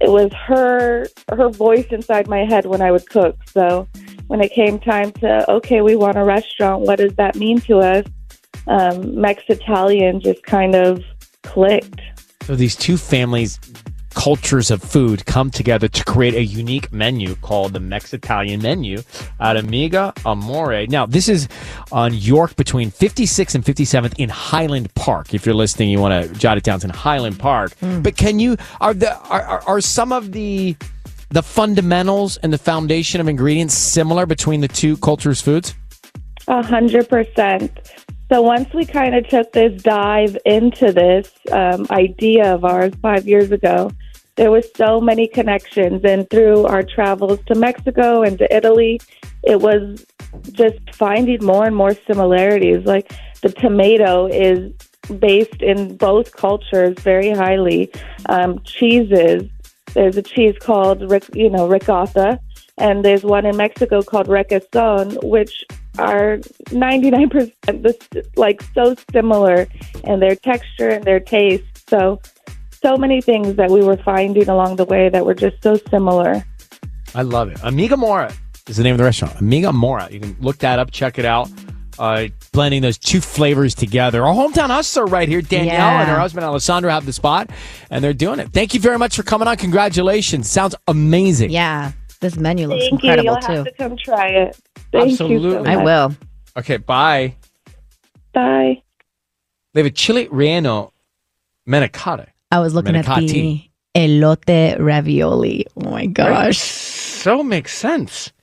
it was her her voice inside my head when I would cook. So when it came time to okay, we want a restaurant, what does that mean to us? Um, Mex Italian just kind of clicked.
So these two families, cultures of food, come together to create a unique menu called the Mexitalian menu at Amiga Amore. Now, this is on York between 56th and 57th in Highland Park. If you're listening, you want to jot it down. It's in Highland Park. But can you are the are, are, are some of the the fundamentals and the foundation of ingredients similar between the two cultures' foods?
A hundred percent. So once we kind of took this dive into this um, idea of ours five years ago, there was so many connections, and through our travels to Mexico and to Italy, it was just finding more and more similarities. Like the tomato is based in both cultures very highly. Um, cheeses, there's a cheese called ric- you know ricotta, and there's one in Mexico called requesón, which are 99% the, s- like so similar in their texture and their taste. So, so many things that we were finding along the way that were just so similar.
I love it. Amiga Mora is the name of the restaurant. Amiga Mora. You can look that up, check it out. Uh, blending those two flavors together. Our hometown hustler right here, Danielle
Yeah.
and her husband Alessandro have the spot, and they're doing it. Thank you very much for coming on. Congratulations. Sounds amazing.
Yeah. This menu looks
Thank you.
incredible
You'll have
too.
to come try it. Thank You so
Absolutely.
much.
I will. Okay, bye.
Bye.
They have a chili relleno manicotti.
I was looking at the
Manicotti.
elote ravioli. Oh my gosh.
So makes sense.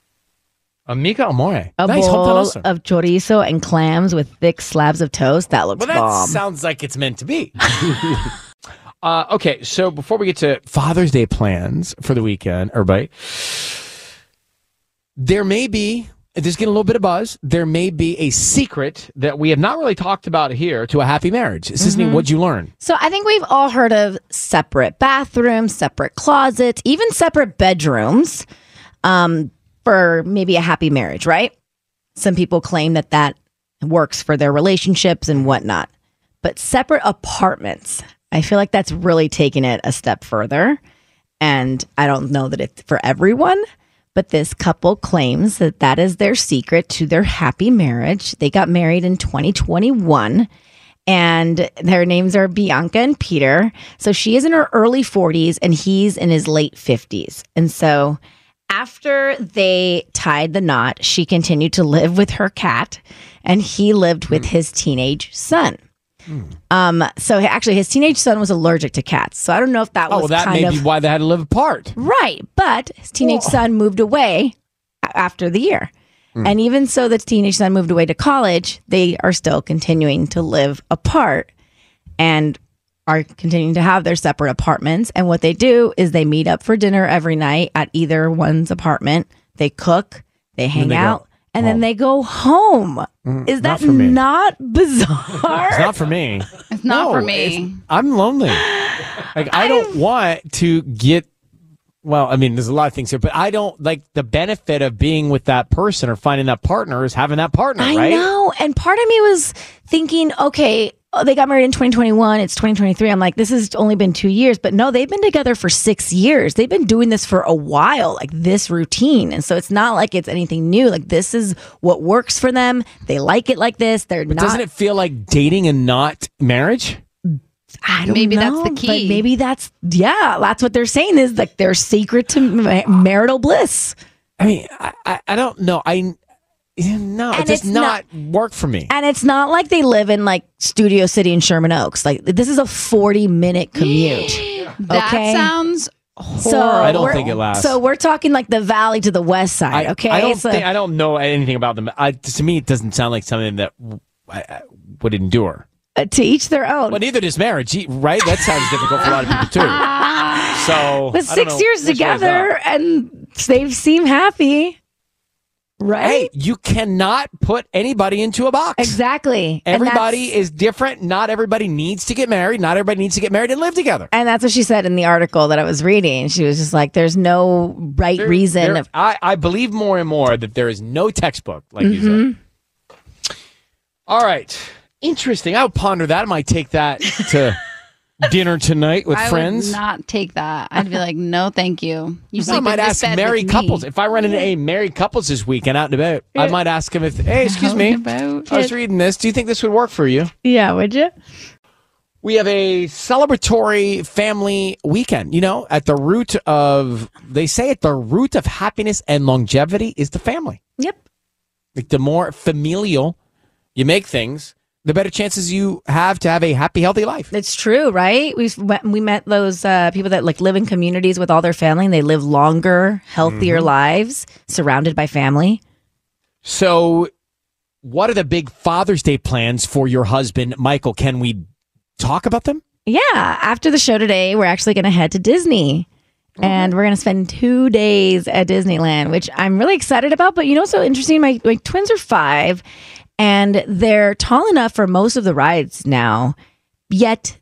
Amiga amore.
A
nice hometown
bowl
hustler.
of chorizo and clams with thick slabs of toast. That looks
Well, that
bomb.
sounds like it's meant to be. [LAUGHS] uh, okay, so before we get to Father's Day plans for the weekend, everybody, there may be, there's getting a little bit of buzz, there may be a secret that we have not really talked about here to a happy marriage. Sisney,
Mhm.
what'd you learn?
So I think we've all heard of separate bathrooms, separate closets, even separate bedrooms um, for maybe a happy marriage, right? Some people claim that that works for their relationships and whatnot. But separate apartments, I feel like that's really taking it a step further. And I don't know that it's for everyone, but this couple claims that that is their secret to their happy marriage. They got married in 2021 and their names are Bianca and Peter. So she is in her early 40s and he's in his late 50s. And so after they tied the knot, she continued to live with her cat and he lived with his teenage son. Um, so actually, his teenage son was allergic to cats. So I don't know if that
oh, well,
was
that
kind
may
of
be why they had to live apart.
Right. But his teenage son moved away a- after the year.
Mm.
And even so, the teenage son moved away to college, they are still continuing to live apart and are continuing to have their separate apartments. And what they do is they meet up for dinner every night at either one's apartment. They cook, they hang
they go
out, and then they go home.
Mm,
is
not
that
for me.
not [LAUGHS] bizarre?
It's not for me.
It's not
No,
for
it's-
me.
[LAUGHS]
I'm lonely. Like I don't want to get well, I mean, there's a lot of things here, but I don't like the benefit of being with that person or finding that partner is having that partner,
I
right?
know. And part of me was thinking, okay, oh, they got married in 2021. It's 2023. I'm like, this has only been two years. But no, they've been together for six years. They've been doing this for a while, like this routine. And so it's not like it's anything new. Like this is what works for them. They like it like this. They're
But
not.
doesn't it feel like dating and not marriage?
I don't
Maybe that's the
know, but
key.
maybe that's yeah. That's what they're saying is like their secret to ma- marital bliss.
I mean, I, I, I don't know. I no,
And
it does
it's
not,
not-
work for me.
And it's not like they live in like Studio City in Sherman Oaks. Like this is a 40 minute commute.
That
okay?
sounds
so
horrible.
I don't
we're-
think it lasts.
So we're talking like the valley to the west side, okay?
I don't
It's like-
think, I don't know anything about them. I, to me, it doesn't sound like something that I, I would endure.
Uh, to each their own.
Well, neither does marriage, e- right? That sounds difficult for a lot
[LAUGHS]
of people too. So,
but
I don't
six
know
years
which way is
together
up.
and they seem happy. Right?
Hey, you cannot put anybody into a box.
Exactly. And that's-
Everybody is different. Not everybody needs to get married. Not everybody needs to get married and live together.
And that's what she said in the article that I was reading. She was just like, there's no right reason.
There-
of,
I, I believe more and more that there is no textbook, like you said.
Mhm.
All right. Interesting. I'll ponder that. I might take that
[LAUGHS]
to dinner tonight with
I
friends.
would not take that. I'd be like, no, thank you. You
I
sleep
might
in this
ask
bed
married
with
couples.
me.
If I run into a married couples this weekend out and about, I
Yeah.
might ask them if, hey, excuse me, I was reading this. Do you think this would work for you?
yeah, would you?
We have a celebratory family weekend. You know, at the root of, they say at the root of happiness and longevity is the family.
Yep.
Like the more familial you make things, the better chances you have to have a happy, healthy life.
It's true, right? We we met those uh, people that like live in communities with all their family, and they live longer, healthier
Mhm.
lives, surrounded by family.
So, what are the big Father's Day plans for your husband, Michael? Can we talk about them?
Yeah. After the show today, we're actually going to head to Disney. And we're gonna spend two days at Disneyland, which I'm really excited about. But you know, what's so interesting. My my twins are five, and they're tall enough for most of the rides now. Yet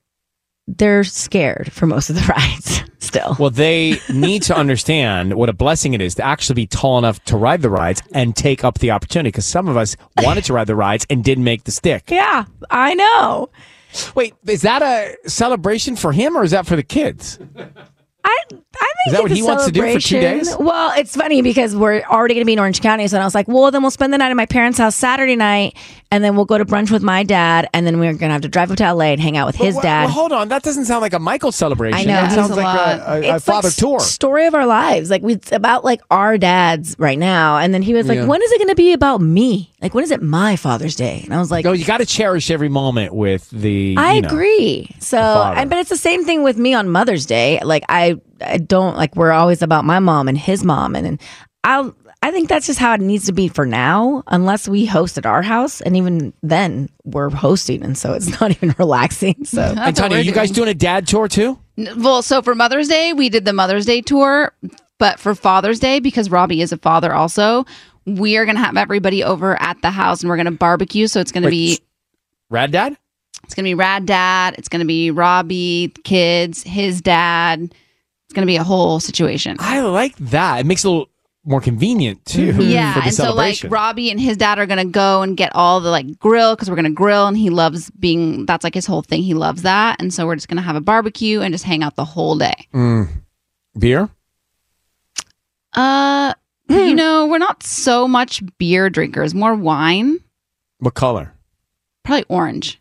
they're scared for most of the [LAUGHS] rides. Still.
Well, they need to understand what a blessing it is to actually be tall enough to ride the rides and take up the opportunity because some of us wanted to ride the rides and didn't make the stick.
Yeah, I know.
Wait, is that a celebration for him or is that for the kids?
I I
Is
think
that what
it's
he
a
wants to do for two
celebration.
days?
Well, it's funny because we're already going to be in Orange County, so I was like, well, then we'll spend the night at my parents' house Saturday night, and then we'll go to brunch with my dad, and then we're going to have to drive up to LA and hang out with
But
his
wha-
dad.
well, hold on, that doesn't sound like a Michael celebration.
I know,
That
it
sounds
is a
like
lot.
a, a, a
It's like
father
s-
tour.
story of our lives. Like we, it's about like our dads right now, and then he was like,
Yeah.
when is it going to be about me? Like when is it my Father's Day? And I was like,
no, you got to cherish every moment with the.
I
you know.
agree. So,
father.
and, but it's the same thing with me on Mother's Day. Like I, I don't like we're always about my mom and his mom, and, and I'll. I think that's just how it needs to be for now, unless we host at our house, and even then we're hosting, and so it's [LAUGHS] not even relaxing. So,
That's
And Tanya, you guys doing a dad tour too?
N- Well, so for Mother's Day, we did the Mother's Day tour, but for Father's Day, because Robbie is a father also, we are going to have everybody over at the house and we're going to barbecue. So it's going to
Wait,
be
Rad dad?
it's going to be Rad Dad, it's going to be Robbie, the kids, his dad. It's going to be a whole situation.
I like that. It makes it a little more convenient [LAUGHS] too.
Mm-hmm.
Yeah,
for the
and so like
celebration.
Robbie and his dad are gonna go and get all the like grill because we're gonna grill and he loves being that's like his whole thing. He loves that, and so we're just gonna have a barbecue and just hang out the whole day.
Mm. Beer?
Uh,
Hmm.
you know, we're not so much beer drinkers, more wine,
What color?
probably orange.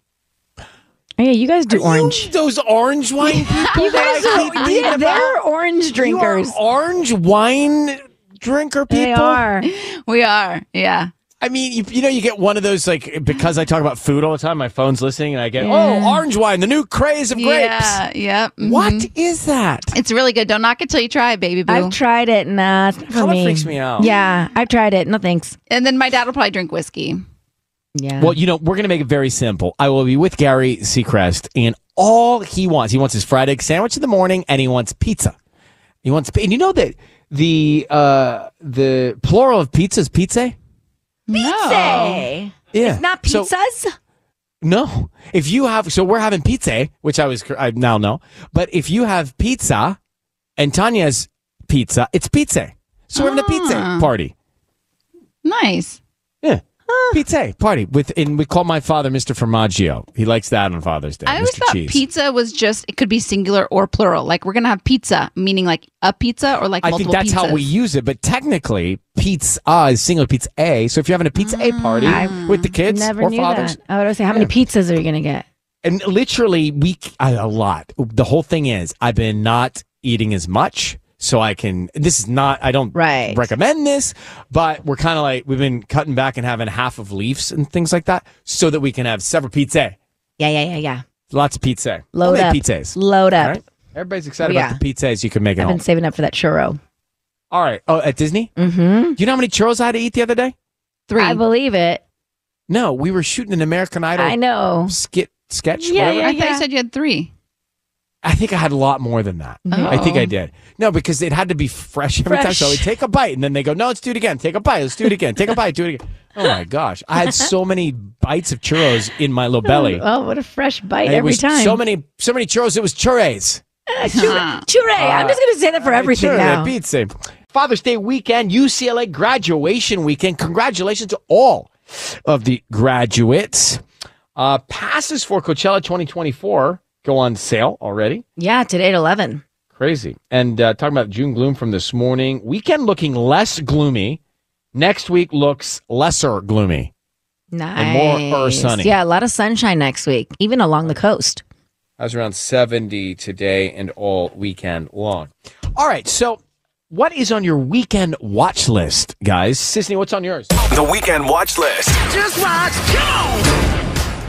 yeah, you guys do
orange. those orange wine people.
[LAUGHS] you guys
that I
are
keep reading
yeah, they're
about?
orange
You are
drinkers.
orange wine drinker people.
[LAUGHS] We are. Yeah.
I mean, you, you know, you get one of those like because I talk about food all the time. My phone's listening, and I get
Yeah.
oh, orange wine, the new craze of grapes.
Yeah. Yep. mm-hmm.
What is that?
It's really good. Don't knock it till you try, it, baby boo.
I've tried it, and uh, it's not for
Color
me.
freaks me out.
Yeah, I've tried it. No thanks.
and then my dad will probably drink whiskey.
Yeah.
Well, you know, we're going to make it very simple. I will be with Gary Seacrest, and all he wants, he wants his fried egg sandwich in the morning, and he wants pizza. He wants, and you know that the uh the plural of pizza is pizza.
Pizza.
Yeah.
It's not
So-
pizzas.
No, if you have, so we're having pizza, eh, which I was cor- I now know, but if you have pizza, and Tanya's pizza, it's pizza. So we're having a pizza
Ah.
party.
Nice.
Yeah. Pizza party with, and we call my father Mr. Formaggio. He likes that on Father's Day.
I always
Mr.
thought
Cheese.
pizza was just it could be singular or plural. Like we're gonna have pizza, meaning like a pizza or like
I think
multiple
that's how we
pizzas.
use it, but technically, pizza is singular pizza A. So if you're having a pizza
Mm.
A party with the kids
Never
or
knew
fathers,
that. I would always say, how many pizzas are you gonna get?
and literally we I- a lot. The whole thing is I've been not eating as much, so I can. This is not. I don't recommend this, but we're kind of like we've been cutting back and having half of leaves and things like that, so that we can have several pizza,
Yeah, yeah, yeah, yeah.
lots of pizza, We'll
Load
make
up.
pizzas.
Load up.
All right? Everybody's excited
Yeah.
about the pizzas you can make at
I've
home.
been saving up for that churro.
All right. Oh, at Disney.
Mm-hmm.
You know how many churros I had to eat the other day?
Three.
I believe it.
No, we were shooting an American Idol.
I know.
skit sketch.
Yeah,
whatever.
I thought you said you had three.
I think I had a lot more than that.
Oh.
I think I did. No, because it had to be fresh every time. So I would
Fresh.
take a bite, and then they go, "No, let's do it again. Take a bite. Let's do it again. Take a bite. Do
[LAUGHS]
it again." Oh my gosh, I had so many bites of churros in
[LAUGHS]
my little belly.
Oh, what a fresh bite
And it
every
was
time.
So
[LAUGHS]
many, so many churros. It was churros.
Uh, churro- churro. I'm
Uh,
just gonna say that for
uh,
everything
churro,
now.
pizza. Father's Day weekend, UCLA graduation weekend. Congratulations to all of the graduates. Uh, passes for Coachella 2024 go on sale already.
yeah, today at eleven.
Crazy. And uh, talking about June gloom from this morning, weekend looking less gloomy. Next week looks lesser gloomy.
Nice.
And more or sunny.
Yeah, a lot of sunshine next week, even along the coast.
I was around 70 today and all weekend long. All right. So, what is on your weekend watch list, guys? Sisney, what's on yours?
The weekend watch list.
Just watch.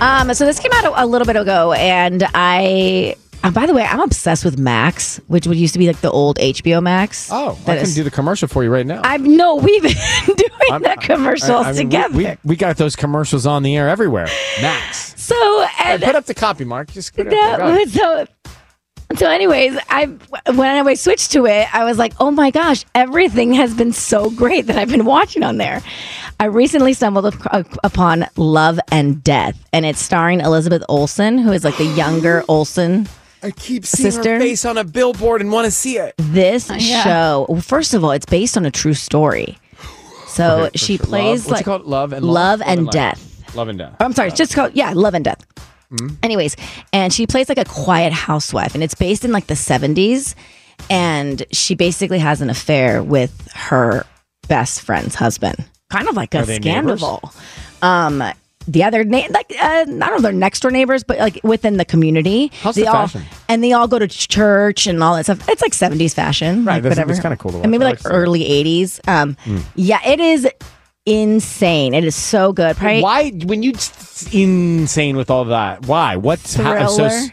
Um, so this came out a, a little bit ago, and I. uh, by the way, I'm obsessed with Max, which would used to be like the old HBO Max.
Oh,
that
I can
is-
do the commercial for you right now.
I've no. We've been [LAUGHS] doing
I'm-
that commercials
I- I mean, we-
together.
We, we got those commercials on the air everywhere. Max.
so
Hey,
and
put up the copy, Mark. Just put it up there. Go
No,
ahead.
so [LAUGHS] so anyways, I when I switched to it, I was like, "Oh my gosh, everything has been so great that I've been watching on there." I recently stumbled up- upon Love and Death, and it's starring Elizabeth Olsen, who is like the
[GASPS]
younger Olsen.
I keep
seeing her Sister? face
on a billboard and want to see it.
This
Oh, yeah.
show, well, first of all, it's based on a true story. So
Okay, for
she
sure.
plays
Love- what's
like
it called? Love and Life?
love and
Life.
death.
Love and death.
Oh, I'm sorry, it's just called yeah, Mm-hmm. Love and Death. Anyways, and she plays like a quiet housewife, and it's based in like the 70s. and she basically has an affair with her best friend's husband. Kind of like
Are
a
they
scandal. Um, the other na- like uh, I don't know, they're next door neighbors, but like within the community,
How's
they
the
all
fashion?
and they all go to ch- church and all that stuff. It's like seventies fashion,
Right,
Like
that's-
whatever.
it's kinda cool to Hmm.
And
watch.
maybe
I
like
like seeing
early eighties. Um, yeah, it is insane. It is so good. Probably
Why when you s- insane with all that? Why? What's ha- I'm so
thriller.
s-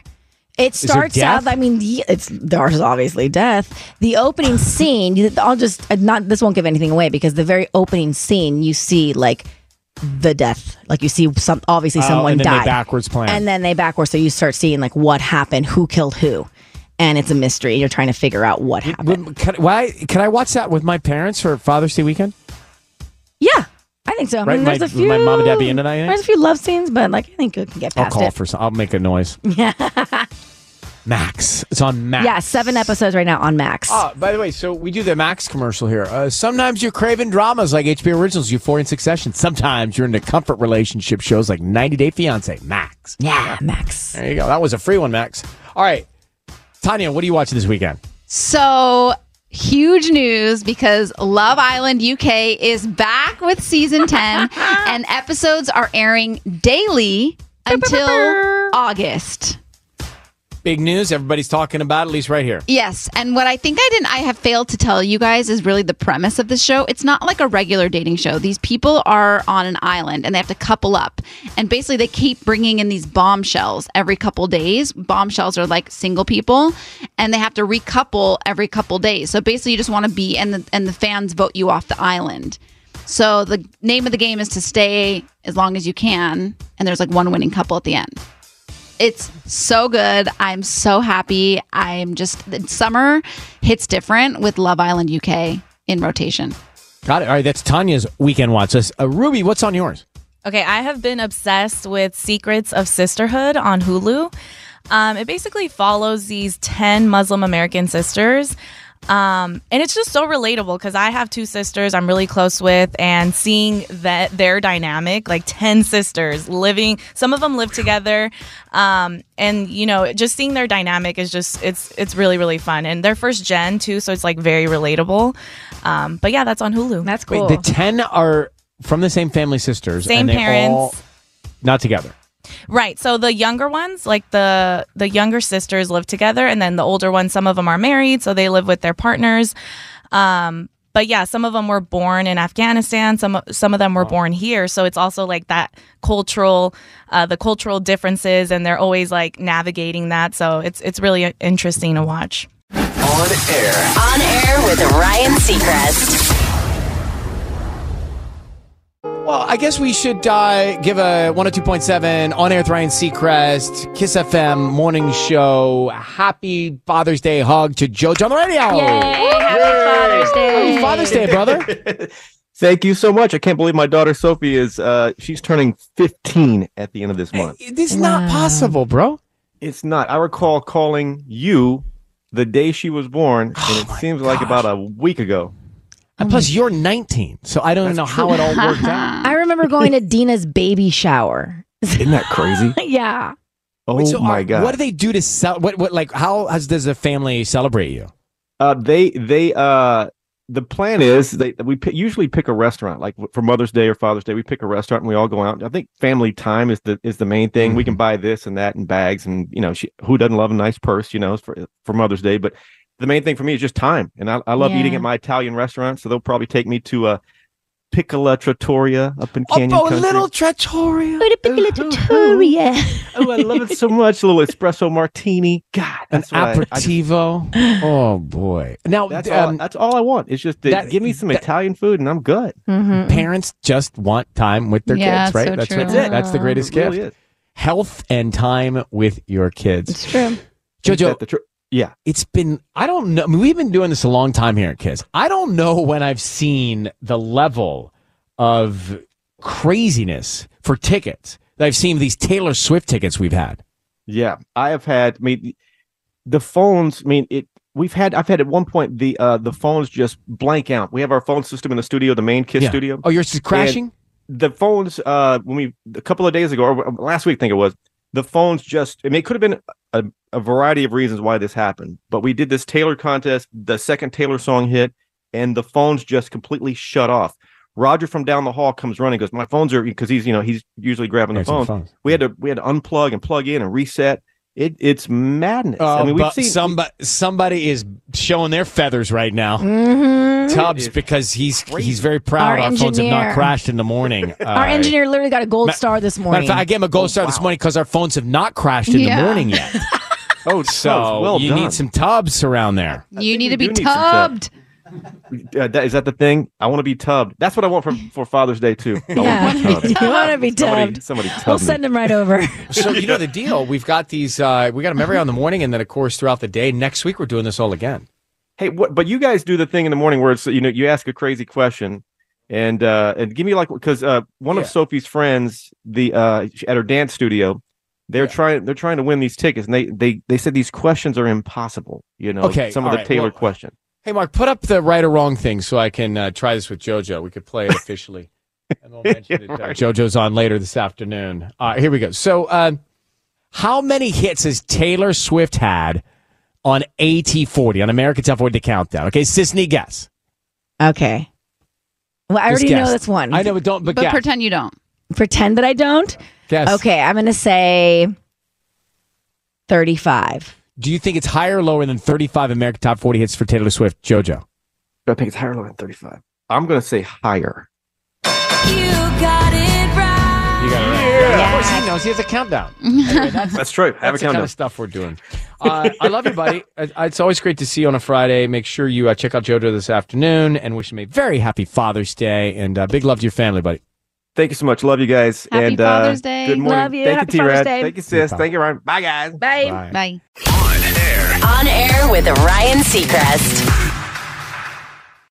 it
Is there
starts
death?
out. I mean, the- it's there's obviously death. The
[SIGHS]
opening scene. I'll just uh, not. This won't give anything away because the very opening scene, you see like the death. Like you see some obviously
Oh,
someone
and then they
died.
backwards plan.
And then they backwards. So you start seeing like what happened, who killed who, and it's a mystery. You're trying to figure out what happened.
Can, why can I watch that with my parents for Father's Day weekend?
Yeah, I think so. I
Right,
mean,
my-
there's a
my
few.
mom and dad be into that, you think?
There's a few love scenes, but like I think you can get
I'll
past
call
it.
for some. I'll make
[LAUGHS]
a noise.
Yeah.
Max, it's on Max.
Yeah, seven episodes right now on Max.
Oh, by the way, so we do the Max commercial here. Uh, sometimes you're craving dramas like HBO Originals, Euphoria, and Succession. Sometimes you're into comfort relationship shows like 90 Day Fiance. Max.
Yeah, Max.
There you go. That was a free one, Max. All right, Tanya, what are you watching this weekend?
So huge news because Love Island UK is back with season 10 and episodes are airing daily until August.
Big news. Everybody's talking about it, at least right here.
Yes, and what I think I didn't I have failed to tell you guys is really the premise of this show. It's not like a regular dating show. These people are on an island and they have to couple up. And basically they keep bringing in these bombshells every couple days. Bombshells are like single people and they have to recouple every couple days. So basically you just want to be and the and the fans vote you off the island. So the name of the game is to stay as long as you can and there's like one winning couple at the end. It's so good. I'm so happy. I'm just summer hits different with Love Island UK in rotation.
Got it. All right, that's Tanya's weekend watch list. Uh, Ruby, what's on yours?
Okay, I have been obsessed with Secrets of Sisterhood on Hulu. Um, it basically follows these 10 Muslim American sisters. Um, and it's just so relatable because I have two sisters I'm really close with, and seeing that their dynamic, like 10 sisters living, some of them live together. Um, and you know, just seeing their dynamic is just, it's, it's really, really fun. And they're first gen too, so it's like very relatable. Um, but yeah, that's on Hulu.
That's
Wait, the 10 are from the same family sisters.
Same
and they
parents.
All not together.
Right. So the younger ones, like the the younger sisters, live together, and then the older ones, some of them are married, so they live with their partners. Um, but yeah, some of them were born in Afghanistan. Some some of them were born here. So it's also like that cultural, uh, the cultural differences, and they're always like navigating that. So it's it's really interesting to watch.
On air. On air with Ryan Seacrest.
Well, I guess we should uh, give a 102.7 on air with Ryan Seacrest, Kiss FM morning show. Happy Father's Day hug to Jojo on the radio.
Father's
Happy Father's Day, brother.
[LAUGHS] Thank you so much. I can't believe my daughter Sophie is uh she's turning 15 at the end of this month.
This is not possible, bro.
It's not. I recall calling you the day she was born and it seems like about a week ago.
And plus,
Mm.
you're 19, so I don't know how it all worked
[LAUGHS]
out.
I remember going to Dina's baby shower.
[LAUGHS] Isn't that crazy?
yeah.
Oh
Wait, so
my
are-
god.
What do they do to sell? What what like how has does the family celebrate you?
Uh, they they uh the plan is they we pi usually pick a restaurant like w- for Mother's Day or Father's Day. We pick a restaurant and we all go out. I think family time is the is the main thing. We can buy this and that and bags and you know she, who doesn't love a nice purse you know for for Mother's Day. But the main thing for me is just time, and I, I love eating
Yeah.
at my Italian restaurant. So they'll probably take me to a Piccola Trattoria up in Canyon
oh, a
Country.
little trattoria.
oh, I
[LAUGHS]
love it so much. A little espresso martini. God, that's what I- I just-
aperitivo.
[GASPS]
oh boy. Now
that's, all,
um,
that's all I want. It's just to
that-
give me some
that-
Italian food and I'm good.
Parents just want time with their
Yeah,
kids, right?
so
that's
true.
what-
That's it.
That's the greatest
It really
gift.
is.
Health and time with your kids. It's
true.
Jojo,
yeah,
it's been. I don't know. I mean, we've been doing this a long time here at Kids. I don't know when I've seen the level of craziness for tickets that I've seen these Taylor Swift tickets we've had.
Yeah, I have had. I mean, the phones. I mean, it. We've had. I've had at one point the uh the phones just blank out. We have our phone system in the studio, the main Kiss
Yeah.
studio.
Oh, yours is crashing?
And The phones. Uh, when we a couple of days ago, or last week, I think it was. the phones just I mean, it could have been a, a variety of reasons why this happened, but we did this Taylor contest. The second Taylor song hit, and the phones just completely shut off. Roger from down the hall comes running, goes, "My phones are because he's you know he's usually grabbing the
Answer the
phone. We had to we had to unplug and plug in and reset. It it's madness.
Oh,
I mean, we've
but
seen
somebody somebody is showing their feathers right now.
Mhm.
Tubbs, because he's he's very proud
Our
our, phones have
engineer.
not crashed in the morning.
Our
Uh,
engineer literally got a gold
Ma-
star this
Matter of
morning.
fact, I gave him a gold star this morning because our phones have not crashed in
Yeah.
the morning
[LAUGHS]
yet.
oh,
so
well
you
done.
need some tubs around there.
You need to be
do need some help.
tubbed.
uh, that, is that the thing? I want to be tubbed. That's what I
[LAUGHS]
want for, for Father's Day too. I want to be
[LAUGHS]
tubbed.
you want to be
Somebody,
dubbed.
somebody tub
We'll
me.
send him right over.
[LAUGHS] So you know the deal. We've got these. Uh, we got them every hour in the morning, and then of course throughout the day. Next week we're doing this all again.
Hey, what? But you guys do the thing in the morning where it's you know you ask a crazy question, and uh and give me like because uh one
Yeah.
of Sophie's friends the uh sh- at her dance studio, they're trying they're trying to win these tickets, and they they they said these questions are impossible. You know,
Okay,
some of
all
the
right,
Taylor
well-
questions.
Hey, Mark, put up the right or wrong thing so I can uh, try this with JoJo. We could play it officially.
[LAUGHS]
Uh, JoJo's on later this afternoon. All right, here we go. So, uh, how many hits has Taylor Swift had on AT40 on American Top 40 Countdown? Okay, Sisney, guess.
Okay. Well, I
Just
already
guess.
know that's one.
I know, but don't. But, guess.
pretend you don't. Pretend that I don't.
Guess.
Okay, I'm gonna say thirty-five.
Do you think it's higher or lower than 35 American Top 40 hits for Taylor Swift, JoJo?
I think it's higher than 35. I'm gonna say higher.
You got it right.
You got it right.
Yeah.
Of course, he knows. He has
[LAUGHS]
a countdown. Anyway, that's,
That's true. Have a
that's the kind
countdown.
of stuff we're doing. Uh, I love you, buddy. Uh, It's always great to see you on a Friday. Make sure you uh, check out JoJo this afternoon and wish him a very happy Father's Day and uh, big love to your family, buddy.
Thank you so much. Love you guys.
Happy
and
Father's
[LAUGHS] uh,
Day.
Good morning.
Love you.
Thank
Happy
you,
Father's
T-Rad.
Day.
Thank you, sis.
No problem.
Thank you, Ryan. Bye, guys.
Bye. Bye.
On air with Ryan Seacrest.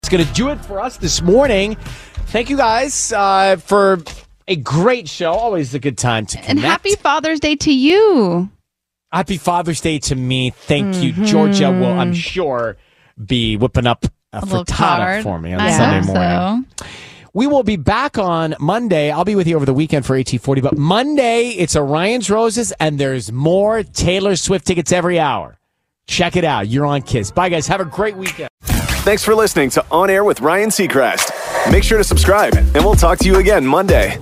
It's going to do it for us this morning. Thank you guys uh, for a great show. Always a good time to connect.
And happy Father's Day to you.
Happy Father's Day to me. Thank
Mm-hmm.
you. Georgia will, I'm sure, be whipping up a,
little
frittata
card.
for me on
I
Sunday
hope
morning. We will be back on Monday. I'll be with you over the weekend for AT40, but Monday it's Orion's Roses and there's more Taylor Swift tickets every hour. Check it out. You're on Kiss. Bye, guys. Have a great weekend.
Thanks for listening to On Air with Ryan Seacrest. Make sure to subscribe, and we'll talk to you again Monday.